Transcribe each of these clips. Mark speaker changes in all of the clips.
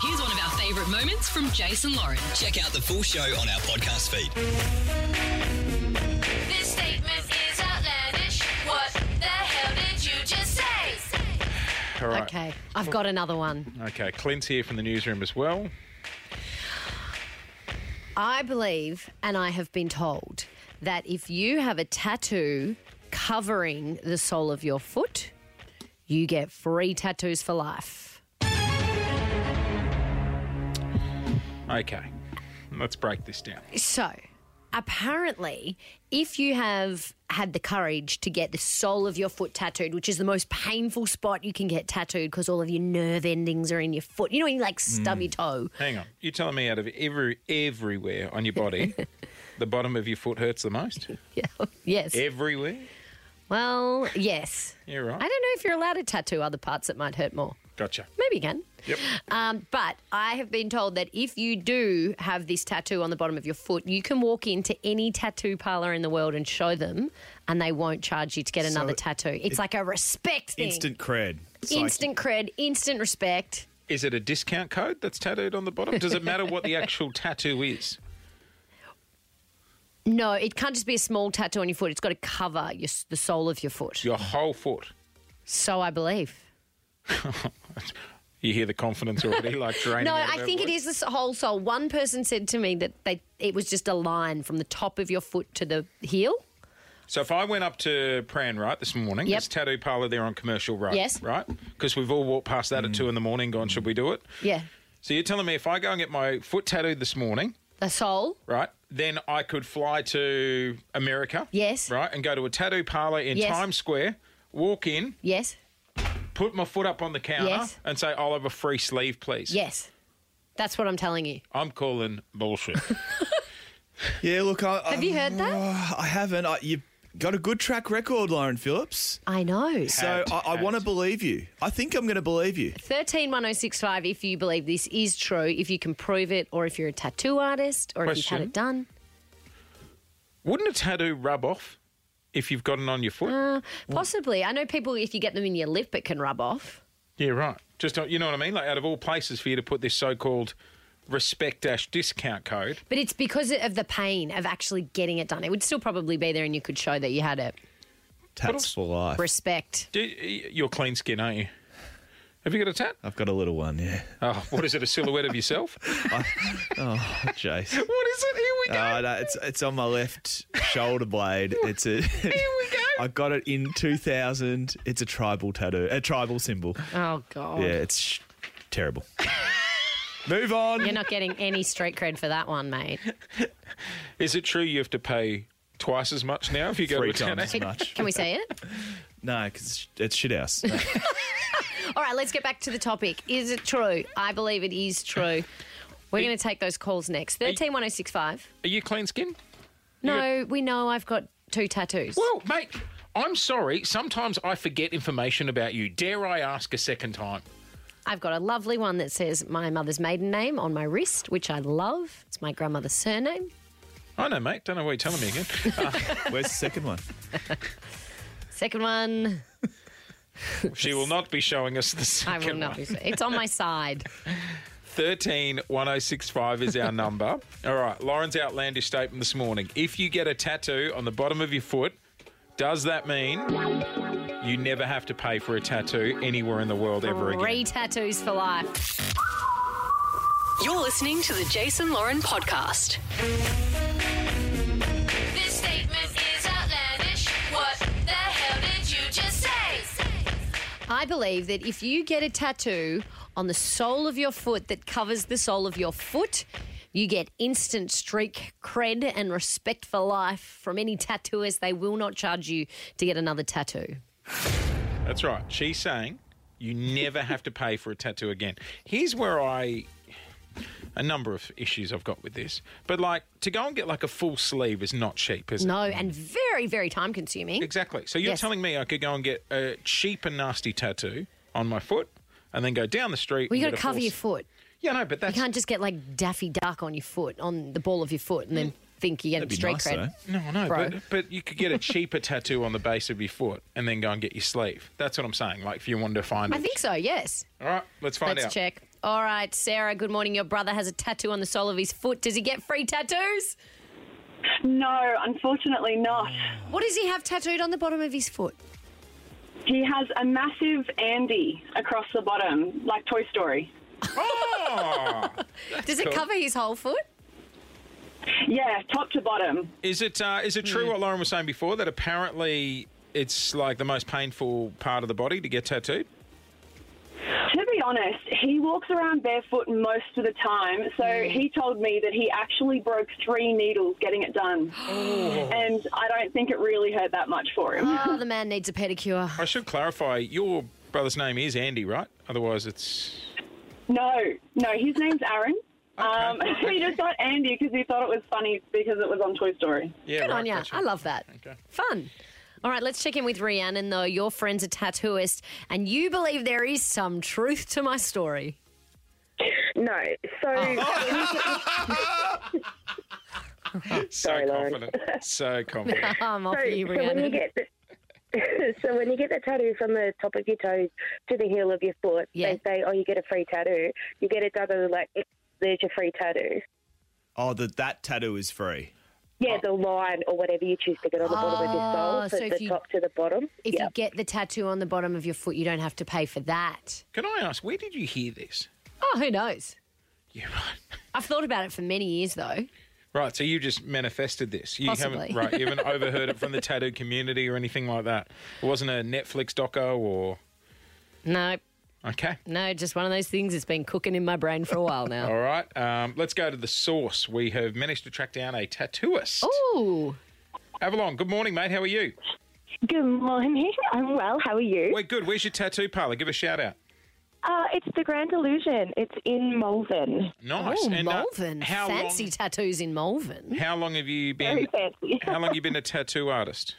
Speaker 1: Here's one of our favourite moments from Jason Lauren.
Speaker 2: Check out the full show on our podcast feed.
Speaker 3: This statement is outlandish. What the hell did you just say?
Speaker 4: All right.
Speaker 5: Okay, I've got another one.
Speaker 4: Okay, Clint's here from the newsroom as well.
Speaker 5: I believe, and I have been told, that if you have a tattoo covering the sole of your foot, you get free tattoos for life.
Speaker 4: Okay, let's break this down.
Speaker 5: So, apparently, if you have had the courage to get the sole of your foot tattooed, which is the most painful spot you can get tattooed because all of your nerve endings are in your foot, you know, when you like stub
Speaker 4: Hmm.
Speaker 5: your toe.
Speaker 4: Hang on, you're telling me out of every everywhere on your body, the bottom of your foot hurts the most?
Speaker 5: yes.
Speaker 4: Everywhere?
Speaker 5: Well, yes.
Speaker 4: Yeah, right.
Speaker 5: I don't know if you're allowed to tattoo other parts that might hurt more.
Speaker 4: Gotcha.
Speaker 5: Maybe you can.
Speaker 4: Yep.
Speaker 5: Um, but I have been told that if you do have this tattoo on the bottom of your foot, you can walk into any tattoo parlor in the world and show them, and they won't charge you to get another tattoo. It's like a respect thing.
Speaker 6: Instant cred. It's like-
Speaker 5: Instant cred, instant respect.
Speaker 4: Is it a discount code that's tattooed on the bottom? Does it matter what the actual tattoo is?
Speaker 5: No, it can't just be a small tattoo on your foot. It's got to cover your, the sole of your foot.
Speaker 4: Your whole foot.
Speaker 5: So I believe.
Speaker 4: You hear the confidence already, like draining.
Speaker 5: No,
Speaker 4: out of
Speaker 5: I
Speaker 4: that
Speaker 5: think it
Speaker 4: voice.
Speaker 5: is this whole sole. One person said to me that they it was just a line from the top of your foot to the heel.
Speaker 4: So if I went up to Pran right this morning,
Speaker 5: Yep.
Speaker 4: this tattoo parlour there on Commercial Road,
Speaker 5: Yes. Mm.
Speaker 4: right? Because we've all walked past that at two in the morning, gone, should we do it?
Speaker 5: Yeah.
Speaker 4: So you're telling me if I go and get my foot tattooed this morning,
Speaker 5: The sole.
Speaker 4: right, then I could fly to America,
Speaker 5: Yes.
Speaker 4: right, and go to a tattoo parlour in
Speaker 5: Yes.
Speaker 4: Times Square, walk in,
Speaker 5: Yes.
Speaker 4: put my foot up on the counter,
Speaker 5: Yes.
Speaker 4: and say, "I'll have a free sleeve, please."
Speaker 5: Yes. That's what I'm telling you.
Speaker 4: I'm calling bullshit.
Speaker 6: Yeah, look, I,
Speaker 5: Have you heard that?
Speaker 6: I haven't. I, you've got a good track record, Lauren Phillips.
Speaker 5: I know.
Speaker 6: So
Speaker 4: Had,
Speaker 6: I, I
Speaker 4: had.
Speaker 6: want to believe you. I think I'm going to believe you.
Speaker 5: 131065 if you believe this is true, if you can prove it, or if you're a tattoo artist, or if you've had
Speaker 4: Question.
Speaker 5: it done.
Speaker 4: Wouldn't a tattoo rub off if you've got it on your foot?
Speaker 5: Mm. Possibly. I know people, if you get them in your lip, it can rub off.
Speaker 4: Yeah, right. Just you know what I mean. Like out of all places for you to put this so-called respect dash discount code.
Speaker 5: But it's because of the pain of actually getting it done. It would still probably be there and you could show that you had it.
Speaker 6: Tats for life.
Speaker 5: Respect.
Speaker 4: Do- You're clean skin, aren't you? Have you got a tat?
Speaker 6: I've got a little one, yeah.
Speaker 4: Oh, what is it? A silhouette of yourself?
Speaker 6: Oh, Jace.
Speaker 4: What is it? Here we go.
Speaker 6: Uh, no, it's it's on my left shoulder blade. It's a.
Speaker 4: we go.
Speaker 6: I got it in 2000. It's a tribal tattoo, a tribal symbol.
Speaker 5: Oh, God.
Speaker 6: Yeah, it's sh- terrible. Move on.
Speaker 5: You're not getting any street cred for that one, mate.
Speaker 4: Is it true you have to pay twice as much now if you go
Speaker 6: Three
Speaker 4: to a
Speaker 6: times as
Speaker 4: tattoo?
Speaker 6: much.
Speaker 5: Can we say it?
Speaker 6: No, because it's shit house.
Speaker 5: All right, let's get back to the topic. Is it true? I believe it is true. We're going to take those calls next. 131065.
Speaker 4: Are you clean skin?
Speaker 5: No, we know I've got two tattoos.
Speaker 4: Well, mate, I'm sorry. Sometimes I forget information about you. Dare I ask a second time?
Speaker 5: I've got a lovely one that says my mother's maiden name on my wrist, which I love. It's my grandmother's surname.
Speaker 4: I know, mate. Don't know what you're telling me again.
Speaker 6: Where's the second one?
Speaker 5: Second one,
Speaker 4: she will not be showing us the
Speaker 5: I
Speaker 4: second
Speaker 5: will not be. It's on my side.
Speaker 4: 13 1065 is our number. All right, Lauren's outlandish statement this morning. If you get a tattoo on the bottom of your foot, does that mean you never have to pay for a tattoo anywhere in the world ever
Speaker 5: Three
Speaker 4: again?
Speaker 5: tattoos for life.
Speaker 1: You're listening to the Jason Lauren podcast.
Speaker 3: This statement is outlandish. What the hell did you just say?
Speaker 5: I believe that if you get a tattoo on the sole of your foot that covers the sole of your foot, you get instant streak cred and respect for life from any tattooers. They will not charge you to get another tattoo.
Speaker 4: That's right. She's saying you never have to pay for a tattoo again. Here's where I. A number of issues I've got with this. But, like, to go and get like a full sleeve is not cheap, is it?
Speaker 5: No, and very, very time consuming.
Speaker 4: Exactly. So you're
Speaker 5: Yes.
Speaker 4: telling me I could go and get a cheap and nasty tattoo on my foot and then go down the street.
Speaker 5: Well, you
Speaker 4: and
Speaker 5: got
Speaker 4: get
Speaker 5: to
Speaker 4: a
Speaker 5: cover
Speaker 4: false-
Speaker 5: your foot.
Speaker 4: Yeah, no, but that's
Speaker 5: You can't just get like Daffy Duck on your foot, on the ball of your foot, and then think you get
Speaker 6: That'd be
Speaker 5: street
Speaker 6: nice,
Speaker 5: cred.
Speaker 6: though.
Speaker 4: no, no.
Speaker 5: Bro.
Speaker 4: But, but you could get a cheaper tattoo on the base of your foot and then go and get your sleeve. That's what I'm saying. Like if you wanted to find
Speaker 5: I
Speaker 4: it.
Speaker 5: think so. Yes.
Speaker 4: All right, let's find
Speaker 5: Let's
Speaker 4: out.
Speaker 5: check. All right, Sarah, good morning. Your brother has a tattoo on the sole of his foot. Does he get free tattoos?
Speaker 7: No, unfortunately not.
Speaker 5: What does he have tattooed on the bottom of his foot?
Speaker 7: He has a massive Andy across the bottom, like Toy Story.
Speaker 4: Oh!
Speaker 5: Does it
Speaker 4: cool.
Speaker 5: cover his whole foot?
Speaker 7: Yeah, top to bottom.
Speaker 4: Is it uh, is it
Speaker 5: Hmm.
Speaker 4: true what Lauren was saying before that apparently it's like the most painful part of the body to get tattooed?
Speaker 7: To be honest, he walks around barefoot most of the time, so he told me that he actually broke three needles getting it done. And I don't think it really hurt that much for him.
Speaker 5: Oh, the man needs a pedicure.
Speaker 4: I should clarify. Your brother's name is Andy, right? Otherwise, it's
Speaker 7: No, no, his name's Aaron. Um,
Speaker 4: Okay.
Speaker 7: he just got Andy because he thought it was funny because it was on Toy Story.
Speaker 4: yeah.
Speaker 5: Good
Speaker 4: right,
Speaker 5: on you.
Speaker 4: gotcha.
Speaker 5: I love that.
Speaker 4: Okay.
Speaker 5: Fun. All right, let's check in with Rhiannon, though. Your friend's a tattooist, and you believe there is some truth to my story.
Speaker 8: No. So
Speaker 5: Oh,
Speaker 4: So
Speaker 8: Sorry, Lauren.
Speaker 4: confident. So confident.
Speaker 5: I'm off
Speaker 8: so,
Speaker 5: you,
Speaker 8: so when you
Speaker 5: Rhiannon.
Speaker 8: get the, so when you get the tattoo from the top of your toes to the heel of your foot,
Speaker 5: Yeah.
Speaker 8: they say, "Oh, you get a free tattoo." You get it done, and they're like, "It- "There's your free tattoo."
Speaker 6: Oh, that that tattoo is free.
Speaker 8: Yeah, the line or whatever you choose to get on the bottom of your
Speaker 5: Oh,
Speaker 8: sole, so,
Speaker 5: so if
Speaker 8: the
Speaker 5: you-
Speaker 8: top to the bottom.
Speaker 5: If
Speaker 8: yeah.
Speaker 5: you get the tattoo on the bottom of your foot, you don't have to pay for that.
Speaker 4: Can I ask where did you hear this?
Speaker 5: Oh, who knows?
Speaker 4: Yeah, right.
Speaker 5: I've thought about it for many years, though.
Speaker 4: Right. So you just manifested this. You
Speaker 5: Possibly.
Speaker 4: haven't right. You haven't overheard it from the tattoo community or anything like that. It wasn't a Netflix doco or
Speaker 5: No,
Speaker 4: okay.
Speaker 5: no, just one of those things that's been cooking in my brain for a while now.
Speaker 4: All right. Um, let's go to the source. We have managed to track down a tattooist.
Speaker 5: Ooh.
Speaker 4: Avalon, good morning, mate. How are you?
Speaker 9: Good morning. I'm well. How are you?
Speaker 4: We're good. Where's your tattoo parlor? Give a shout out.
Speaker 9: Uh, it's the Grand Illusion. It's in Malvern.
Speaker 4: Nice.
Speaker 5: Oh,
Speaker 4: And, uh,
Speaker 5: Malvern.
Speaker 4: how
Speaker 5: Fancy
Speaker 4: Long,
Speaker 5: tattoos in Malvern.
Speaker 4: how long have you
Speaker 9: Very
Speaker 4: been?
Speaker 9: fancy.
Speaker 4: How long you been a tattoo artist?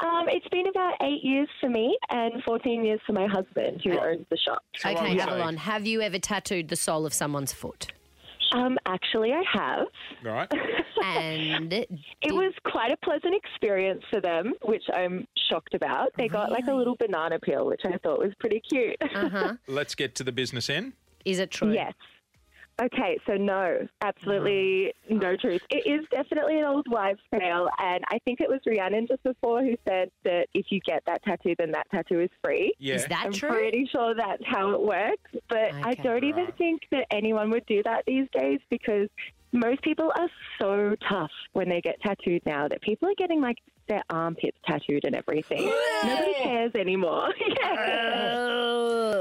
Speaker 9: Um, it's been about eight years for me and 14 years for my husband, who owns the shop.
Speaker 4: So I
Speaker 5: Okay,
Speaker 4: would say-
Speaker 5: Avalon, have you ever tattooed the sole of someone's foot?
Speaker 9: Um, actually, I have.
Speaker 4: Right.
Speaker 5: And
Speaker 9: It was quite a pleasant experience for them, which I'm shocked about. They got like a little banana peel, which I thought was pretty cute.
Speaker 4: Let's get to the business end.
Speaker 5: is it true?
Speaker 9: Yes. Okay, so no, absolutely no truth. It is definitely an old wives' tale, and I think it was Rhiannon just before who said that if you get that tattoo, then that tattoo is free.
Speaker 4: Yeah.
Speaker 5: Is that
Speaker 9: I'm
Speaker 5: true?
Speaker 9: pretty sure that's how it works, but I
Speaker 5: Okay.
Speaker 9: don't even
Speaker 4: Right.
Speaker 9: think that anyone would do that these days because most people are so tough when they get tattooed now that people are getting like their armpits tattooed and everything. Nobody cares anymore. yeah.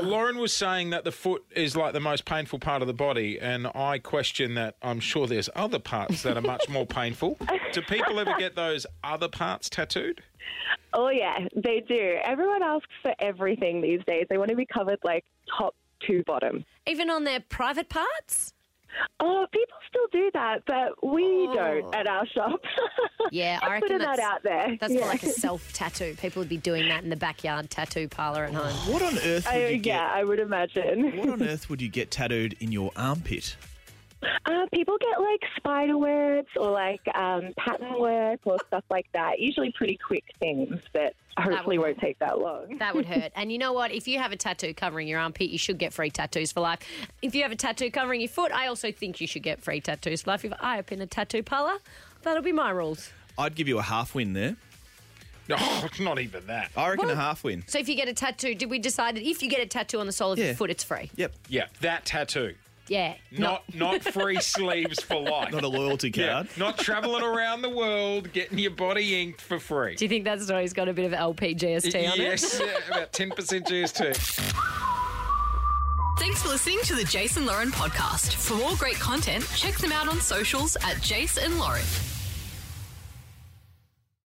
Speaker 4: Lauren was saying that the foot is like the most painful part of the body, and I question that. I'm sure there's other parts that are much more painful. Do people ever get those other parts tattooed?
Speaker 9: Oh yeah, they do. Everyone asks for everything these days. They want to be covered like top to bottom.
Speaker 5: Even on their private parts?
Speaker 9: Oh, people still do that, but we don't at our shop.
Speaker 5: Yeah, I reckon
Speaker 9: Putting
Speaker 5: that's,
Speaker 9: that out there.
Speaker 5: that's
Speaker 9: yeah.
Speaker 5: for like a self tattoo. People would be doing that in the backyard tattoo parlor at home.
Speaker 6: What on earth would
Speaker 9: I,
Speaker 6: you
Speaker 9: yeah,
Speaker 6: get?
Speaker 9: I would imagine.
Speaker 6: What on earth would you get tattooed in your armpit?
Speaker 9: Uh, people get like spider webs or like um, pattern work or stuff like that. Usually pretty quick things that hopefully
Speaker 5: would-
Speaker 9: won't take that long.
Speaker 5: That would hurt. and you know what? If you have a tattoo covering your armpit, you should get free tattoos for life. If you have a tattoo covering your foot, I also think you should get free tattoos for life. If I open a tattoo parlor, that'll be my rules.
Speaker 6: I'd give you a half win there.
Speaker 4: Oh, not even that.
Speaker 6: I reckon a half win.
Speaker 5: So if you get a tattoo, did we decide that if you get a tattoo on the sole of
Speaker 6: Yeah.
Speaker 5: your foot, it's free?
Speaker 6: Yep.
Speaker 4: Yeah, that tattoo.
Speaker 5: Yeah.
Speaker 4: Not not free sleeves for life.
Speaker 6: Not a loyalty
Speaker 4: Yeah,
Speaker 6: card.
Speaker 4: not traveling around the world getting your body inked for free.
Speaker 5: Do you think that story's got a bit of LPGST on it?
Speaker 4: yes, yeah, about 10% GST.
Speaker 1: Thanks for listening to the Jason Lauren podcast. For more great content, check them out on socials at Jason Lauren.